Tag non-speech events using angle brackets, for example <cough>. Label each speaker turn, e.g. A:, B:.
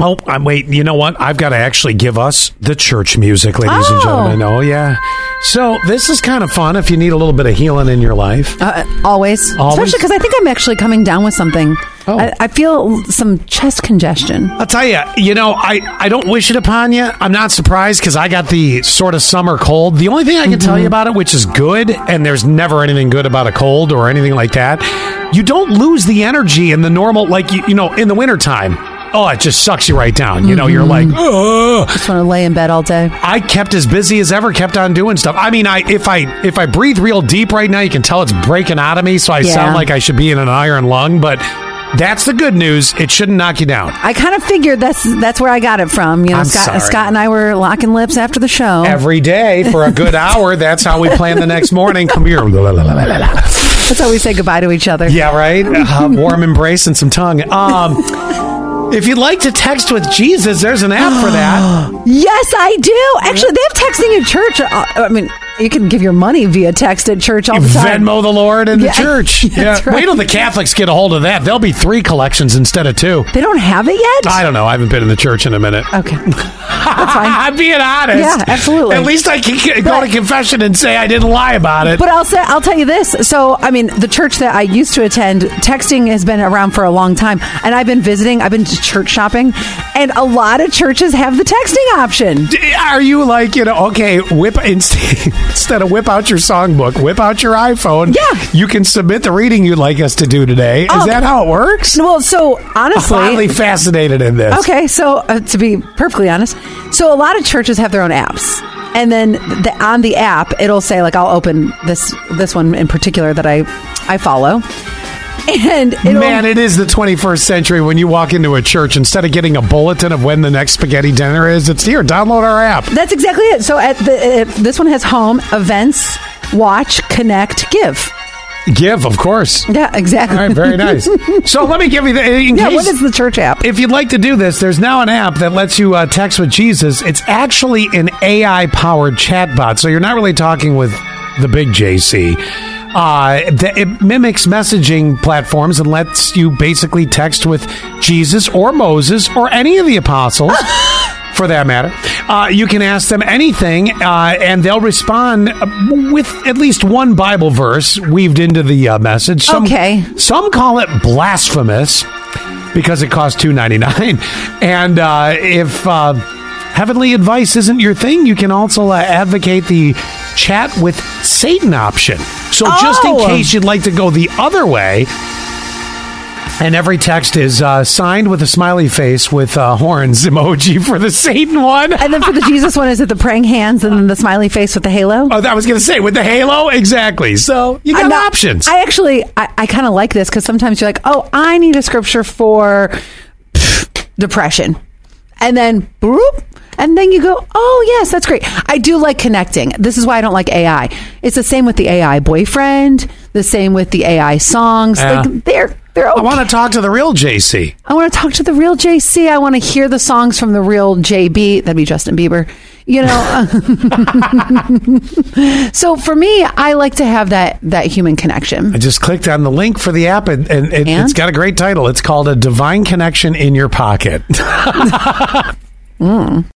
A: Oh, I'm waiting. You know what? I've got to actually give us the church music, ladies and
B: Oh.
A: gentlemen. Oh, yeah. So this is kind of fun if you need a little bit of healing in your life.
B: Uh, always.
A: Always?
B: Especially because I think I'm actually coming down with something.
A: Oh.
B: I, I feel some chest congestion.
A: I'll tell you, you know, I, I don't wish it upon you. I'm not surprised because I got the sort of summer cold. The only thing I can tell you about it, which is good, and there's never anything good about a cold or anything like that, you don't lose the energy in the normal, like, you, you know, in the wintertime. Oh, it just sucks you right down. You know, you're like, ugh.
B: Just want to lay in bed all day.
A: I kept as busy as ever, kept on doing stuff. I mean, I if I if I breathe real deep right now, you can tell it's breaking out of me, so I
B: Yeah.
A: sound like I should be in an iron lung, but that's the good news. It shouldn't knock you down.
B: I kind of figured that's that's where I got it from. You know,
A: I'm
B: Scott,
A: sorry.
B: Scott and I were locking lips after the show.
A: Every day for a
B: <laughs>
A: good hour. That's how we plan the next morning. Come here. La, la, la, la, la, la.
B: That's how we say goodbye to each other.
A: Yeah, right. Uh, warm embrace and some tongue. Um, if you'd like to text with Jesus, there's an app for
B: <gasps>
A: that.
B: Yes, I do. Actually, they have texting at church. Uh, I mean, you can give your money via text at church all the time.
A: Venmo the Lord and the
B: Yeah, I-
A: church.
B: <laughs> that's right.
A: Wait till the Catholics get a hold of that. There'll be three collections instead of two.
B: They don't have it yet.
A: I don't know. I haven't been in the church in a minute.
B: okay.
A: I'm being honest.
B: Uh, Yeah, absolutely.
A: At least I can c- go to
B: But-
A: confession and say I didn't lie about it.
B: But I'll say I'll tell you this. So I mean, the church that I used to attend, texting has been around for a long time, and I've been visiting. I've been to church shopping, and a lot of churches have the texting option.
A: D- Are you like you know? Okay, whip <laughs> inst- instead of whip out your songbook, whip out your iPhone.
B: Yeah.
A: you can submit the reading you'd like us to do today. Is
B: Oh.
A: that how it works?
B: Well, so
A: I'm
B: honestly,
A: oddly fascinated in this.
B: Okay, so uh, to be perfectly honest, so a lot of churches have their own apps, and then the, on the app it'll say like I'll open this this one in particular that I I follow, and it'll,
A: Man, it is the 21st century when you walk into a church, instead of getting a bulletin of when the next spaghetti dinner is, it's here, download our app.
B: that's exactly it. So at the uh, this one has home events, watch, connect, give.
A: Give, of course.
B: Yeah, exactly.
A: All right, very <laughs> nice. so let me give you the. In
B: <laughs> yeah,
A: case,
B: what is the church app?
A: if you'd like to do this, there's now an app that lets you uh, text with Jesus. It's actually an AI powered chatbot, so you're not really talking with the big JC. Uh, th- it mimics messaging platforms and lets you basically text with Jesus or Moses or any of the apostles. For that matter, uh, you can ask them anything, uh, and they'll respond uh, with at least one Bible verse weaved into the uh, message. Some,
B: Okay.
A: Some call it blasphemous because it costs two ninety nine. And uh, if uh, heavenly advice isn't your thing, you can also uh, advocate the chat with Satan option. So just in
B: Oh.
A: case you'd like to go the other way. And every text is uh, signed with a smiley face with uh, horns <laughs> emoji for the Satan one.
B: And then for the Jesus one, is it the praying hands and then the smiley face with the halo?
A: Oh, I was going to say with the halo, exactly. So you got
B: I'm not-
A: options.
B: I actually, I, I kind of like this because sometimes you're like, oh, I need a scripture for pff, depression. And then, boop, and then you go, oh, yes, that's great. I do like connecting. This is why I don't like AI. It's the same with the AI boyfriend, the same with the AI songs.
A: Yeah.
B: Like, they're, they're okay.
A: I want to talk to the real JC.
B: I want to talk to the real JC. I want to hear the songs from the real JB. That'd be Justin Bieber. You know, <laughs> so for me, I like to have that that human connection.
A: I just clicked on the link for the app, and, and, it,
B: And?
A: it's got a great title. It's called "A Divine Connection in Your Pocket."